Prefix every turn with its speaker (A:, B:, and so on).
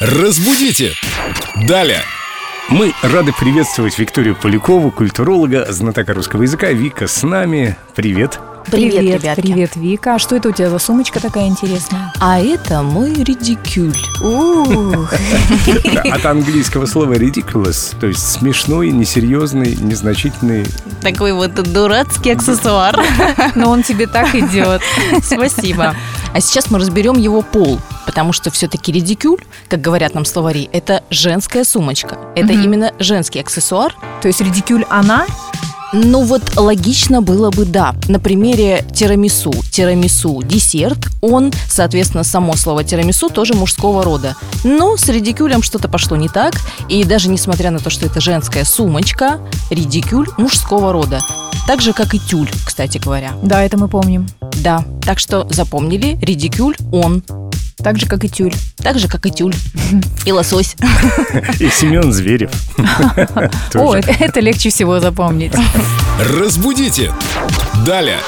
A: Разбудите! Далее!
B: Мы рады приветствовать Викторию Полякову, культуролога, знатока русского языка. Вика с нами. Привет.
C: Привет,
D: Привет,
C: ребятки.
D: привет, Вика. А что это у тебя за сумочка такая интересная?
C: А это мой редикюль.
D: Ух,
B: Да, От английского слова ridiculous, то есть смешной, несерьезный, незначительный.
C: Такой вот дурацкий аксессуар.
D: но он тебе так идет.
C: Спасибо. А сейчас мы разберем его пол, потому что все-таки редикюль, как говорят нам словари, это женская сумочка. Это
D: Мгм.
C: именно женский аксессуар.
D: То есть редикюль она?
C: Ну вот логично было бы да. На примере тирамису. Тирамису – десерт. Он, соответственно, само слово тирамису тоже мужского рода. Но с редикюлем что-то пошло не так. И даже несмотря на то, что это женская сумочка, редикюль мужского рода. Так же, как и тюль, кстати говоря.
D: Да, это мы помним.
C: Да, так что запомнили, редикюль – он.
D: Так же, как и тюль.
C: Так же, как и тюль. И лосось.
B: И Семен Зверев.
D: О,
B: Тоже.
D: это легче всего запомнить.
A: Разбудите! Далее!